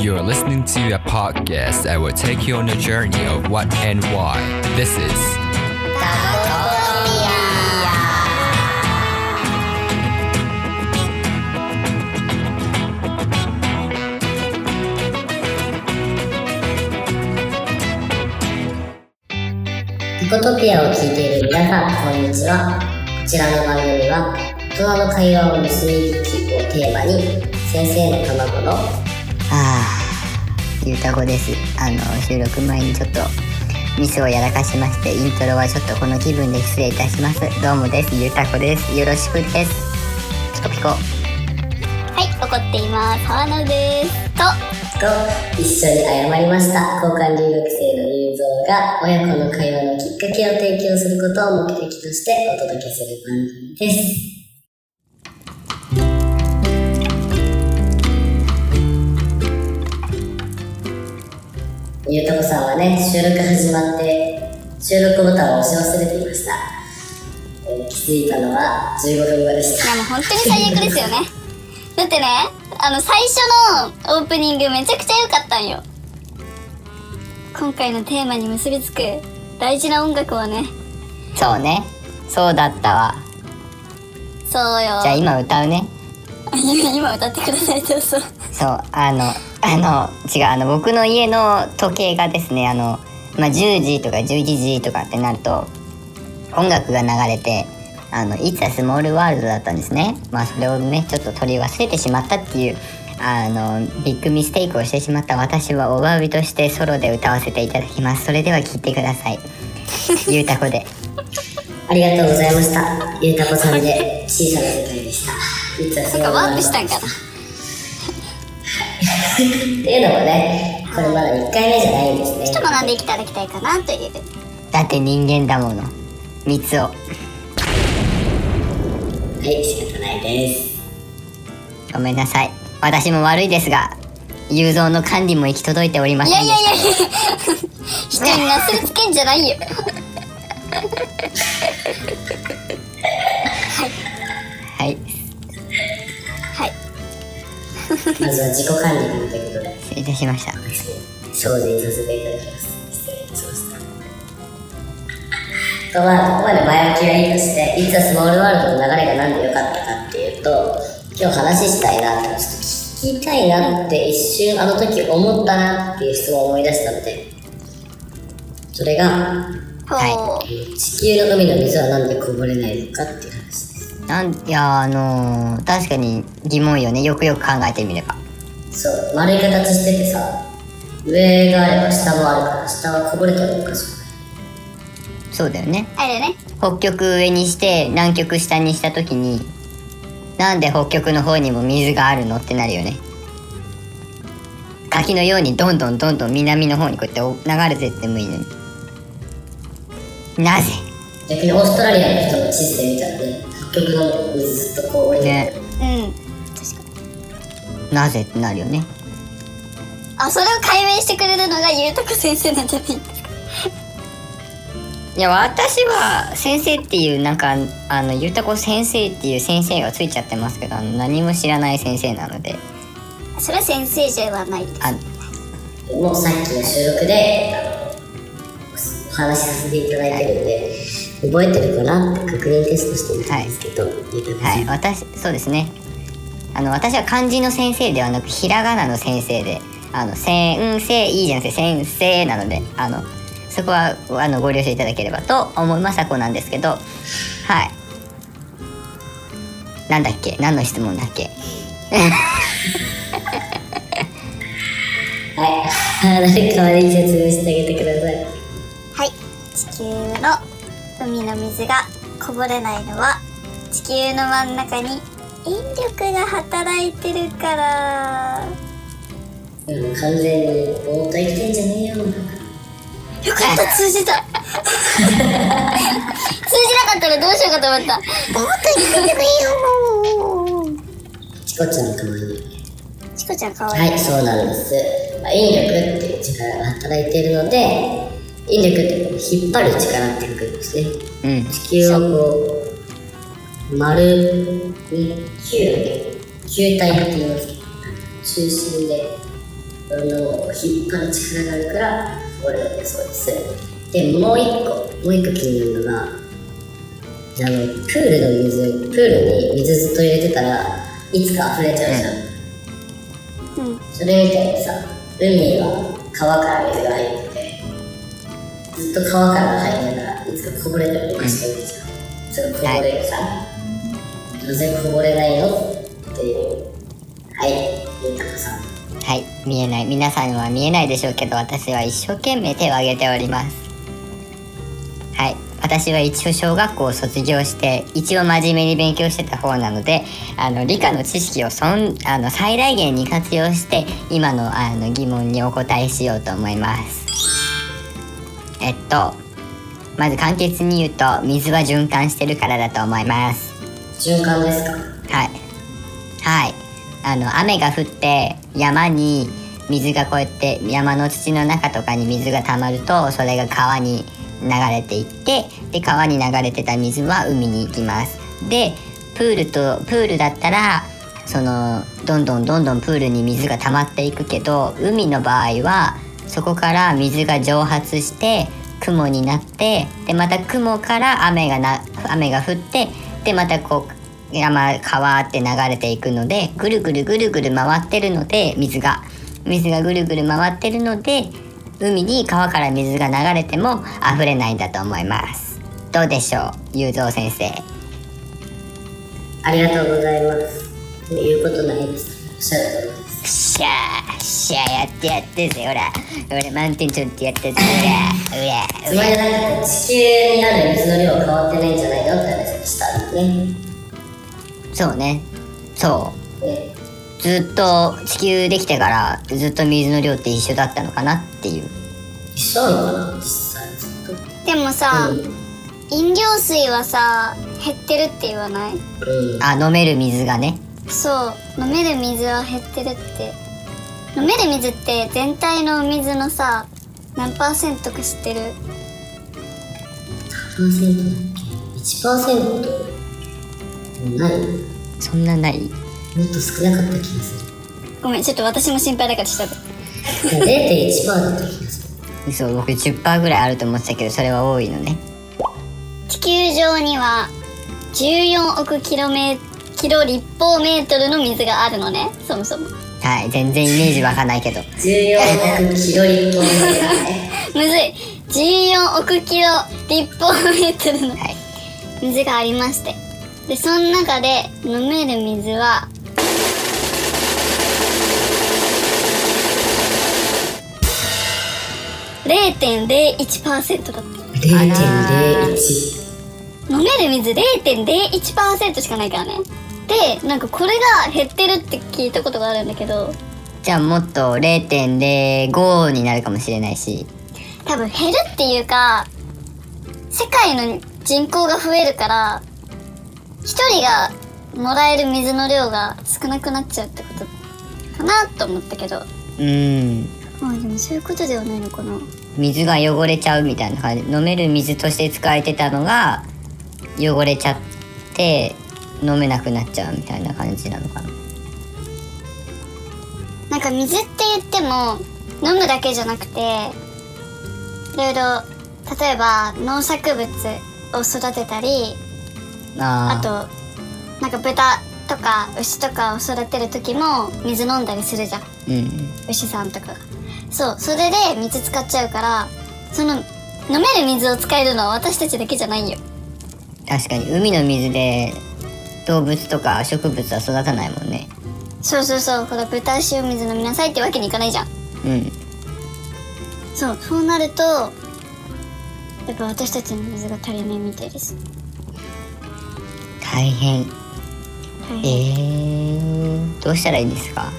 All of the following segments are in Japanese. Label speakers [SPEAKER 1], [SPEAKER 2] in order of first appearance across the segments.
[SPEAKER 1] You're listening to a podcast that will take you on a journey of what and why. This is
[SPEAKER 2] ヒコトピアを聞いている皆さん、こんにちは。こちらの番組は、大人の会話を盗み聞きをテーマに、先生の卵の、
[SPEAKER 3] ああ、ゆうたごです。あの収録前にちょっとミスをやらかしまして、イントロはちょっとこの気分で失礼いたします。どうもです。ゆうたこです。よろしくです。ピコピコ。
[SPEAKER 4] はい、怒っています。ハーナです。と、
[SPEAKER 2] と一緒に謝りました。交換留学生のゆうぞうが、親子の会話のきっかけを提供することを目的としてお届けする番組です。ゆうたこさんはね、収録始まって、収録ボタンを押し忘れていました。えー気づいたのは15分後でし
[SPEAKER 4] い
[SPEAKER 2] た。
[SPEAKER 4] やもう本当に最悪ですよね。だってね、あの最初のオープニングめちゃくちゃ良かったんよ。今回のテーマに結びつく大事な音楽をね、
[SPEAKER 3] そうね。そうだったわ。
[SPEAKER 4] そうよ
[SPEAKER 3] じゃあ。今歌うね。
[SPEAKER 4] 今歌ってください、そうそう。
[SPEAKER 3] そうあのあの違うあの僕の家の時計がですねあの、まあ、10時とか11時とかってなると音楽が流れて「あの It's a Small World」だったんですね、まあ、それをねちょっと取り忘れてしまったっていうあのビッグミステイクをしてしまった私はお詫びとしてソロで歌わせていただきますそれでは聴いてくださいゆうたこで
[SPEAKER 2] ありがとうございました。ゆうたこさんで小さな世界でした。実はそ
[SPEAKER 4] なんかワープしたんかな。
[SPEAKER 2] っていうのもね、これまだ1回目じゃないんですね。
[SPEAKER 4] ちょっと学んでいただきたいかなという。
[SPEAKER 3] だって人間だもの三つを
[SPEAKER 2] はい、仕方ないです。
[SPEAKER 3] ごめんなさい私も悪いですが雄三の管理も行き届いておりま
[SPEAKER 4] い
[SPEAKER 3] せん
[SPEAKER 4] や
[SPEAKER 3] で
[SPEAKER 4] いや
[SPEAKER 3] した
[SPEAKER 4] いやいや。人になすりつけんじゃないよ。
[SPEAKER 3] はい、
[SPEAKER 4] はい。
[SPEAKER 2] まずは自己管理ということで、
[SPEAKER 3] 失礼いたしました。
[SPEAKER 2] 精進させていただきます。失礼いたしました。とまあ、ここまで前置きはいいとして、いつはスモールワールドの流れがなんで良かったかっていうと、今日話したいなって、ちょっと聞きたいなって一瞬あの時思ったなっていう質問を思い出したので、それが、
[SPEAKER 4] ほ
[SPEAKER 2] 地球の海の水はなんでこぼれないのかっていう話です。
[SPEAKER 3] なんいやあのー確かに疑問よねよくよく考えてみれば
[SPEAKER 2] そう、丸い形しててさ、上があれば下もあるから、下はこぼれたらおかしくない。
[SPEAKER 3] そうだよね
[SPEAKER 4] う。あれだね。
[SPEAKER 3] 北極上にして南極下にした時になんで北極の方にも水があるのってなるよね滝のようにどんどんどんどん南の方にこうやってお流れてってもいいのになぜ
[SPEAKER 2] 逆にオーストラリアの人の地図で見たらね、北極の水ずっとこう降りて
[SPEAKER 3] ね
[SPEAKER 2] る。
[SPEAKER 4] うん。
[SPEAKER 3] なぜってなるよね
[SPEAKER 4] あ、それを解明してくれるのがゆうたこ先生なんじゃない
[SPEAKER 3] いや私は先生っていうなんかあのゆうたこ先生っていう先生がついちゃってますけどあの何も知らない先生なので
[SPEAKER 4] それは先生じゃないです。
[SPEAKER 3] あ
[SPEAKER 2] もうさっきの収録で、あの、お話しさせていただいてるんで、覚えてるかなって確認テストしてみたんですけど、ゆうたこさ
[SPEAKER 3] は
[SPEAKER 2] ん
[SPEAKER 3] い私そうですねあの私は漢字の先生ではなくひらがなの先生であの先生いいじゃなくて先生なのであのそこはあのご了承いただければと思いますあこうなんですけどはいなんだっけ何の質問だっけ
[SPEAKER 2] はい。誰か悪い説明してあげてください。
[SPEAKER 4] はい。地球の海の水がこぼれないのは地球の真ん中に引力が働いてるから。
[SPEAKER 2] うん、完全にぼーっと生きてんじゃねえよ。
[SPEAKER 4] よかった、通じ た。通じなかったらどうしようかと思った。もっと引力いいよ。
[SPEAKER 2] チコちゃんかわいい。
[SPEAKER 4] チコちゃん可愛い。
[SPEAKER 2] はい、そうなんです。まあ、引力っていう力が働いているので、引力ってこう引っ張る力っていうことですね。
[SPEAKER 3] うん
[SPEAKER 2] 地球をこう、丸に球、球体って言いますけど、中心で運動を引っ張る力があるから俺がそうですでもう一個もう一個気になるのがあのプールの水プールに水ずっと入れてたらいつか溢れちゃうじゃん、
[SPEAKER 4] うん
[SPEAKER 2] それみたいにさ海は川から水が入っててずっと川から入りながらいつかこぼれてもおかしくないじゃんすぐこぼれるさ、なぜこぼれないのっていうはいゆうたかさん
[SPEAKER 3] はい見えない皆さんは見えないでしょうけど私は一生懸命手を挙げておりますはい私は一応小学校を卒業して一応真面目に勉強してた方なのであの理科の知識をそんあの最大限に活用して今のあの疑問にお答えしようと思いますえっとまず簡潔に言うと水は循環してるからだと思います
[SPEAKER 2] 循環ですか
[SPEAKER 3] はい。はい。あの、雨が降って山に水がこうやって山の土の中とかに水が溜まるとそれが川に流れていってで川に流れてた水は海に行きますでプールとプールだったらそのどんどんどんどんプールに水が溜まっていくけど海の場合はそこから水が蒸発して雲になってでまた雲から雨がな雨が降ってでまたこう山川って流れていくのでぐるぐるぐるぐる回ってるので水が水がぐるぐる回ってるので海に川から水が流れても溢れないんだと思いますどうでしょう雄三先生
[SPEAKER 2] ありがとうございます言うことないですおっしゃるとおりです
[SPEAKER 3] シャーシャーやってやってぜほらほら満点ちょっとやってぜほらほら
[SPEAKER 2] つまりなんか地球にある水の量は変わってないんじゃないのって話をしたんだね
[SPEAKER 3] そうねそう
[SPEAKER 2] ね
[SPEAKER 3] ずっと地球できてからずっと水の量って一緒だったのかなっていう
[SPEAKER 2] 一緒なのかな実際ずっと
[SPEAKER 4] でもさ、
[SPEAKER 2] うん
[SPEAKER 4] 飲料水はさ減ってるって言わない
[SPEAKER 2] うん
[SPEAKER 3] あ飲める水がね
[SPEAKER 4] そう飲める水は減ってるって飲める水って全体のお水のさ何パーセントか知ってる
[SPEAKER 2] パーセントだっけ1%ない
[SPEAKER 3] そんなない
[SPEAKER 2] もっと少なかった気がす
[SPEAKER 4] ごめんちょっと私も心配だから調べて
[SPEAKER 2] る0.1%だった気がする
[SPEAKER 3] そう僕10%ぐらいあると思ってたけどそれは多いのね
[SPEAKER 4] 地球上には14億キロメキロ立方メートルの水があるのねそもそも
[SPEAKER 3] はい全然イメージわかんないけど
[SPEAKER 2] 14億キロリットル
[SPEAKER 4] むずい14億キロ立方メートルの
[SPEAKER 3] はい
[SPEAKER 4] 水がありましてでその中で飲める水は0.01%だっ
[SPEAKER 2] 0.01
[SPEAKER 4] た飲める水0.01%しかないからねでなんかこれが減ってるって聞いたことがあるんだけど
[SPEAKER 3] じゃあもっと0.05になるかもしれないし
[SPEAKER 4] 多分減るっていうか世界の人口が増えるから一人がもらえる水の量が少なくなっちゃうってことかなと思ったけど
[SPEAKER 3] うん
[SPEAKER 4] まあでもそういうことではないのかな
[SPEAKER 3] 水が汚れちゃうみたいな感じ飲める水として使えてたのが汚れちゃって飲めなくなっちゃうみたいな感じなのかな
[SPEAKER 4] なんか水って言っても飲むだけじゃなくていろいろ例えば農作物を育てたりあ
[SPEAKER 3] あ
[SPEAKER 4] と
[SPEAKER 3] ー
[SPEAKER 4] なんか豚とか牛とかを育てる時も水飲んだりするじゃん
[SPEAKER 3] うん
[SPEAKER 4] 牛さんとかがそうそれで水使っちゃうからその飲める水を使えるのは私たちだけじゃないよ
[SPEAKER 3] 確かに海の水で動物とか植物は育たないもんね
[SPEAKER 4] そうそうそうこの豚塩水飲みなさいってわけにいかないじゃん
[SPEAKER 3] うん
[SPEAKER 4] そうそうなるとやっぱ私たちの水が足りないみたいです
[SPEAKER 3] 大変
[SPEAKER 4] はい
[SPEAKER 3] えー、どうしたらいいんですか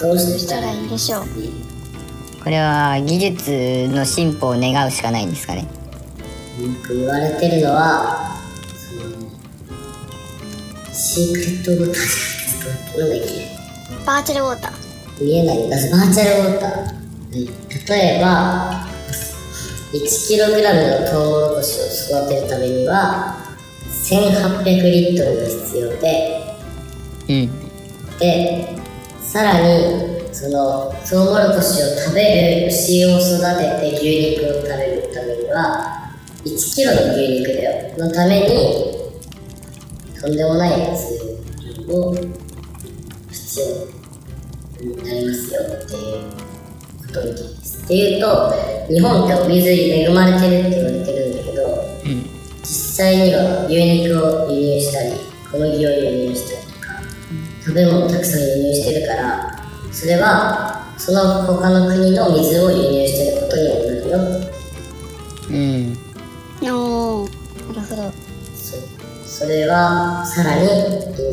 [SPEAKER 2] どう
[SPEAKER 4] どうしたらいいでしょう
[SPEAKER 3] これは技術の進歩を願うしかないんですかね
[SPEAKER 2] よく言われてるのはそのシークレットウォーターじゃないですかなんだっけ
[SPEAKER 4] バーチャルウォーター
[SPEAKER 2] 見えないだってバーチャルウォーターうん例えば 1kg のトウモロコシを育てるためには1800リットルが必要で
[SPEAKER 3] うん
[SPEAKER 2] でさらにそのトウモロコシを食べる牛を育てて牛肉を食べるためには1キロの牛肉だよのためにとんでもないやつを必要になりますよっていうことみたいです。っていうと日本ってお水に恵まれてるって言われてるんだけど
[SPEAKER 3] うん
[SPEAKER 2] 実際には牛肉を輸入したり小麦を輸入したりとか食べ物をたくさん輸入してるからそれはその他の国の水を輸入してることにもなるよ
[SPEAKER 3] うん
[SPEAKER 4] おおなるほど
[SPEAKER 2] そうそれはさらに飲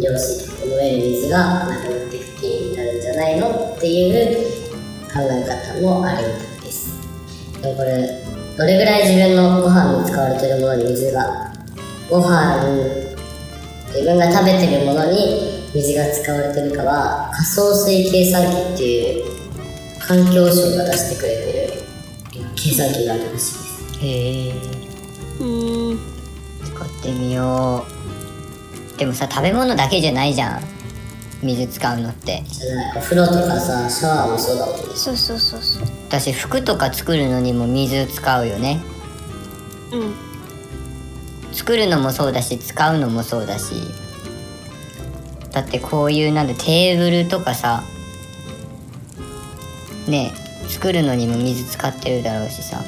[SPEAKER 2] 料水とか飲める水がなくなっていく気になるんじゃないのっていう考え方もあるみたいですでもこれどれぐらい自分のご飯に使われてるものに水がご飯自分が食べてるものに水が使われてるかは仮想水計算機っていう環境省が出してくれてる計算機があるらしいです
[SPEAKER 3] へえ
[SPEAKER 4] うーん
[SPEAKER 3] 使ってみようでもさ食べ物だけじゃないじゃん水使うのって
[SPEAKER 2] じゃないお風呂とかさシャワーもそうだもんね
[SPEAKER 4] そうそうそうそ
[SPEAKER 3] 私服とか作るのにも水使うよね
[SPEAKER 4] ううん
[SPEAKER 3] 作るのもそうだし使うのもそうだしだってこういうなんでテーブルとかさねえ作るのにも水使ってるだろうしさ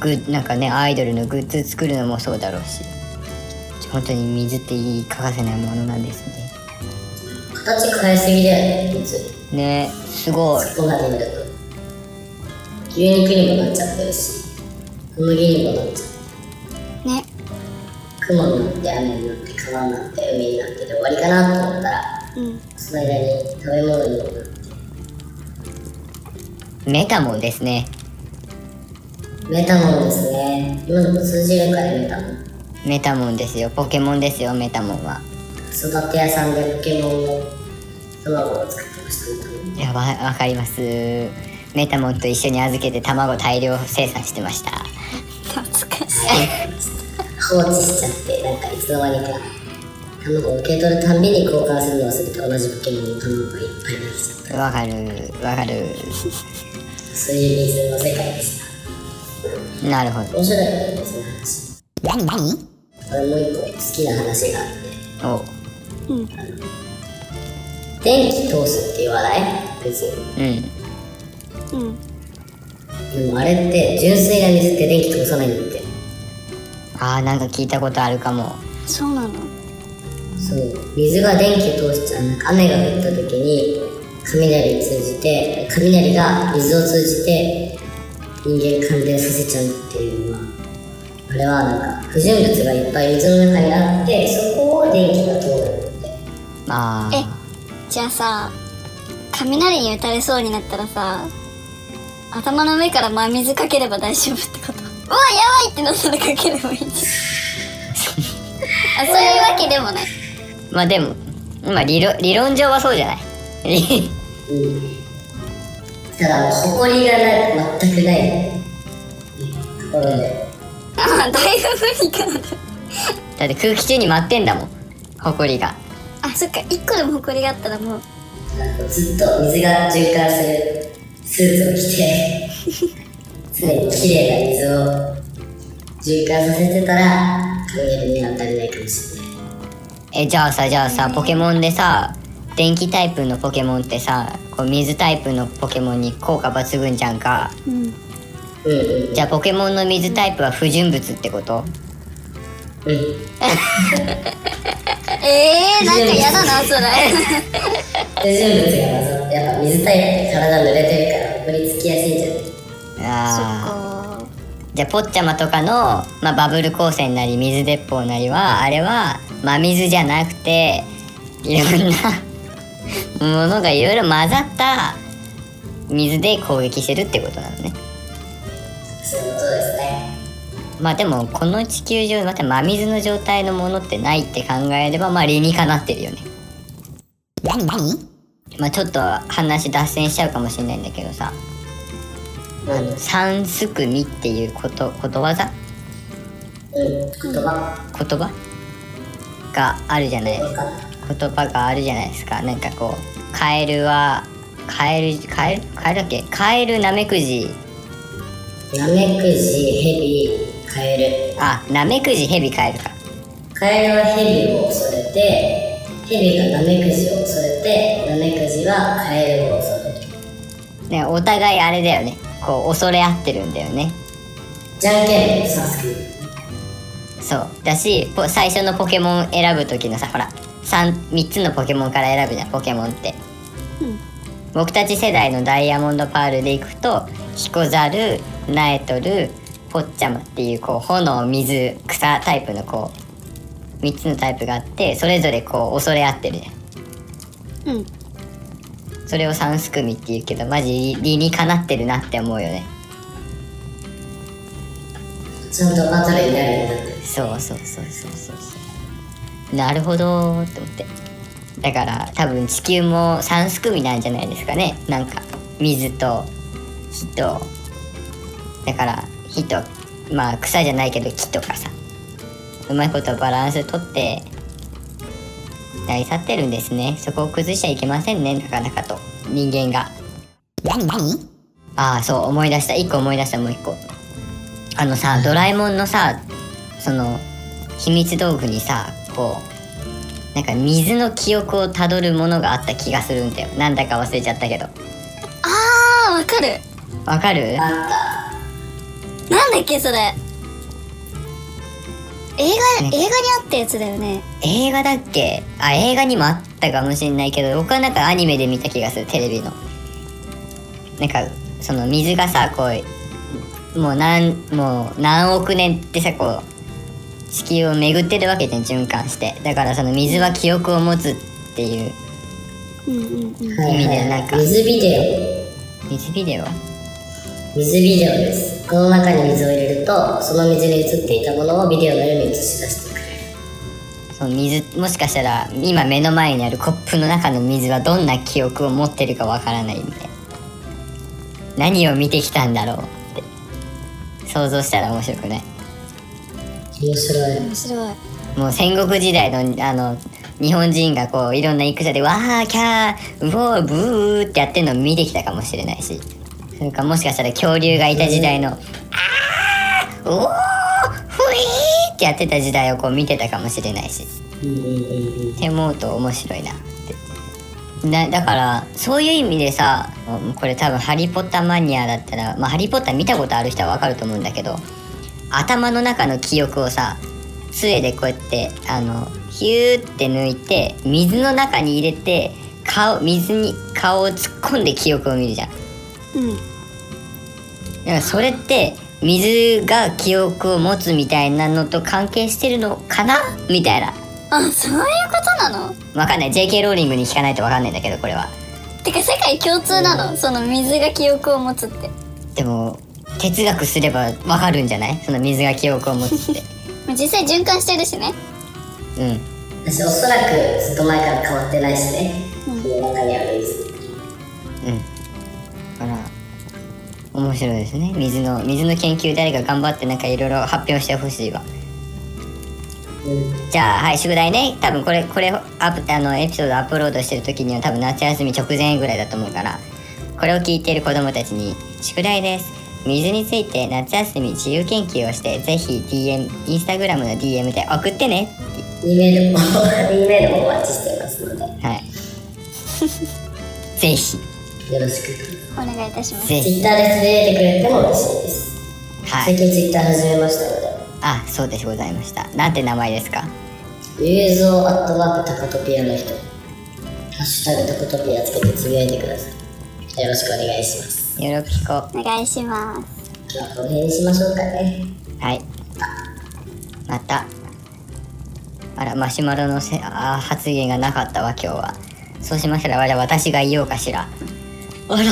[SPEAKER 3] グッなんかねアイドルのグッズ作るのもそうだろうし本当に水っていい欠かせないものなんですね
[SPEAKER 2] 形変えすぎだよね水
[SPEAKER 3] ねえすごい
[SPEAKER 2] そこまで見ると牛肉にもなっちゃってるし小麦にもなっちゃって
[SPEAKER 4] ね
[SPEAKER 2] 雲になって雨になって川になって海になってで終わりかなと思ったら
[SPEAKER 4] うん
[SPEAKER 2] その間に食べ物にもなって
[SPEAKER 3] メタモンですね
[SPEAKER 2] メタモンですね今の通じるからメタモン
[SPEAKER 3] メタモンですよポケモンですよメタモンは
[SPEAKER 2] 育て屋さんでポケモンの卵を作ってましたメタモン
[SPEAKER 3] いやばいわかりますメタモンと一緒に預けて卵大量生産してました
[SPEAKER 4] 懐かしい
[SPEAKER 2] 放置しちゃってなんかいつの間にか卵を受け取るたんびに交換するのを忘れて同じポケモンの卵がいっぱいになっちゃった
[SPEAKER 3] わかるわかる
[SPEAKER 2] そういう水の世界でした
[SPEAKER 3] なるほど
[SPEAKER 2] 面白いね水の話
[SPEAKER 3] 何何
[SPEAKER 2] 俺もう一個好きな話があって
[SPEAKER 3] お
[SPEAKER 4] うん
[SPEAKER 2] 電気通すって言わない別に
[SPEAKER 3] うん
[SPEAKER 4] うん
[SPEAKER 2] でもあれって純粋な水って電気通さないんだって
[SPEAKER 3] あーなんか聞いたことあるかも
[SPEAKER 4] そうなの
[SPEAKER 2] そう水が電気通しちゃうなんか雨が降った時に雷通じて雷が水を通じて人間感電させちゃうっていうのはあれはなんか不純物がいっぱい水の中にあってそこを電気が通るんだって
[SPEAKER 3] あ
[SPEAKER 4] えじゃあさ雷に打たれそうになったらさ頭の上から真水かければ大丈夫ってことうわやばいってなったらかければいいじゃんあそういうわけでもない
[SPEAKER 3] ーまあでもまあ理論理論上はそうじゃない
[SPEAKER 2] ただもう埃がな全くないところで
[SPEAKER 4] ああだいぶ無理かな
[SPEAKER 3] だって空気中に舞ってんだもんほこりが
[SPEAKER 4] あそっか一個でも埃があったらもう
[SPEAKER 2] ずっと水が循環するスーツを着て 常に綺麗な水を循環させてたら雷には当たれないかもしれない
[SPEAKER 3] えじゃあさじゃあさポケモンでさ電気タイプのポケモンってさこう水タイプのポケモンに効果抜群じゃんか
[SPEAKER 4] うん
[SPEAKER 2] うんうん
[SPEAKER 3] じゃあポケモンの水タイプは不純物ってこと
[SPEAKER 2] うん
[SPEAKER 4] えー、なんか嫌だなそれ
[SPEAKER 2] 不純物が混ざってやっぱ水タイプって体濡れてるからほこりつきやすいんじゃない
[SPEAKER 3] ああ
[SPEAKER 4] あ
[SPEAKER 3] じゃあポッチャマとかの、まあ、バブル光線なり水鉄砲なりはあれは真水じゃなくていろんな ものがいろいろ混ざった水で攻撃してるってことなのね
[SPEAKER 2] そういうことですね
[SPEAKER 3] まあでもこの地球上また真水の状態のものってないって考えればまあ理にかなってるよね何何まあちょっと話脱線しちゃうかもしれないんだけどさ
[SPEAKER 2] うん
[SPEAKER 3] 三すくみっていうことことわざ
[SPEAKER 2] うん言葉
[SPEAKER 3] 言葉があるじゃない
[SPEAKER 2] 分かった
[SPEAKER 3] 言葉があるじゃないですかなんかこうカエルはカエルカエルカエルだっけカエルナメクジ
[SPEAKER 2] ナメクジ、ヘビ、カエ
[SPEAKER 3] あナメクジヘビカエルか
[SPEAKER 2] ル。カエルはヘビを恐れて、ヘビがナメクジを恐れて、ナメクジはカエルを恐れる。
[SPEAKER 3] ねお互いあれだよねこう恐れ合ってるんだよね
[SPEAKER 2] じゃんけんぽんさすき。
[SPEAKER 3] そうだしポ最初のポケモン選ぶ時のさほら 3, 3つのポケモンから選ぶじゃんポケモンって、
[SPEAKER 4] うん
[SPEAKER 3] 僕たち世代のダイヤモンドパールでいくとヒコザルナエトルポッチャマっていうこう炎水草タイプのこう3つのタイプがあってそれぞれこう恐れ合ってるじゃん
[SPEAKER 4] うん
[SPEAKER 3] それを三すくみっていうけどマジ理理にかなってるなって思うよね
[SPEAKER 2] ちゃんとバトルになるんだって。
[SPEAKER 3] そうそうそうそうそうそうなるほどーって思ってだから多分地球も三すくみなんじゃないですかねなんか水と火とだから火とまあ草じゃないけど木とかさうまいことバランスとって成り去ってるんですねそこを崩しちゃいけませんねなかなかと人間が
[SPEAKER 5] 何何
[SPEAKER 3] ああそう思い出した一個思い出したもう一個あのさドラえもんのさその秘密道具にさこうなんか水の記憶をたどるものがあった気がするんだよなんだか忘れちゃったけど
[SPEAKER 4] あーわかる
[SPEAKER 3] わかる
[SPEAKER 2] あっ
[SPEAKER 4] なんだっけそれ映画映画
[SPEAKER 3] ね
[SPEAKER 4] にあったやつだよね
[SPEAKER 3] 映画だっけあ映画にもあったかもしんないけど僕はなんかアニメで見た気がするテレビのなんかその水がさこうもう何もう何億年ってさこう地球を巡ってるわけじゃん循環してだからその水は記憶を持つっていう
[SPEAKER 4] うんうんうん
[SPEAKER 2] た。
[SPEAKER 3] 意味でなんか
[SPEAKER 2] 水ビデ
[SPEAKER 3] 水ビデオ
[SPEAKER 2] オ。水ビデオです。この中に水を入れると、その水に映っていたものをビデオのように映し出してくれる。
[SPEAKER 3] その水もしかしたら今目の前にあるコップの中の水はどんな記憶を持ってるかわからないみたいな何を見てきたんだろうって想像したら面白くない
[SPEAKER 2] 面白い。
[SPEAKER 4] 面白い
[SPEAKER 3] もう戦国時代のあの日本人がこういろんな戦でわーキャーうおーブーってやってるのを見てきたかもしれないしそれかもしかしたら恐竜がいた時代の、あーうおーふいーってやってた時代をこう見てたかもしれないし
[SPEAKER 2] うんうんうんうん。
[SPEAKER 3] って思うと面白いなってだだからそういう意味でさうんこれ多分ハリー・ポッターマニアだったら、まあ、ハリー・ポッター見たことある人はわかると思うんだけど頭の中の記憶をさ杖でこうやってあのヒューって抜いて水の中に入れて顔水に顔を突っ込んで記憶を見るじゃん。
[SPEAKER 4] うん
[SPEAKER 3] だからそれって水が記憶を持つみたいなのと関係してるのかなみたいな
[SPEAKER 4] あそういうことなの
[SPEAKER 3] わかんない JK ローリングに聞かないとわかんないんだけどこれは
[SPEAKER 4] てか世界共通なの、その水が記憶を持つって
[SPEAKER 3] でも哲学すればわかるんじゃないその水が記憶を持つって
[SPEAKER 4] まあ実際循環してるしね
[SPEAKER 3] うん
[SPEAKER 2] 私おそらくずっと前から変わってないしね、
[SPEAKER 4] うん
[SPEAKER 2] 家の中にある水
[SPEAKER 3] うんだから面白いですね水の水の研究誰か頑張ってなんかいろいろ発表してほしいわ
[SPEAKER 2] うん
[SPEAKER 3] じゃあはい宿題ね多分これこれアップあのエピソードアップロードしてる時には多分夏休み直前ぐらいだと思うからこれを聞いている子どもたちに「宿題です」水について夏休み自由研究をしてぜひ DM インスタグラムの DM で送ってね
[SPEAKER 2] E メールも E メールもお待ちしていますのでよ
[SPEAKER 3] はいぜひ
[SPEAKER 2] ろしく
[SPEAKER 4] お願いいたします
[SPEAKER 3] ぜひ
[SPEAKER 2] Twitter でつぶやいてくれても嬉しいです、
[SPEAKER 3] はい
[SPEAKER 2] 最近 Twitter 始めましたの
[SPEAKER 3] あそうでございましたなんて名前ですか
[SPEAKER 2] で「ゆうぞうアットマークタカトピアの人」「ハッシュタグタカトピア」つけてつぶやいてくださいよろしくお願いします
[SPEAKER 3] よろぴこ
[SPEAKER 4] お願いします
[SPEAKER 2] 今日はこの辺にしましょうかね
[SPEAKER 3] はいまたあらマシュマロのせあ発言がなかったわ今日はそうしましたらわら私が言おうかしらあら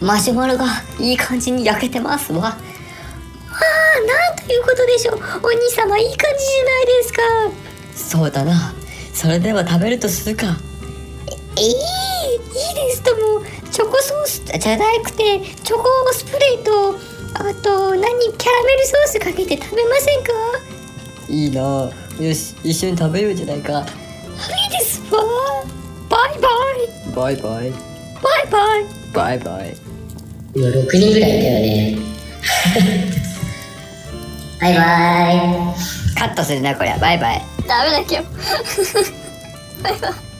[SPEAKER 3] マシュマロがいい感じに焼けてますわあーなんということでしょうお兄様いい感じじゃないですかそうだなそれでは食べるとするかえいいいですともチョコソースじゃなくてチョコスプレーとあと何キャラメルソースかけて食べませんかいいなよし一緒に食べようじゃないかいいですわバイバイバイバイバイバイバイバイ
[SPEAKER 2] 今6人ぐらいいたよね バイバイ
[SPEAKER 3] カットするなこりゃバイバイ
[SPEAKER 4] ダメだ今日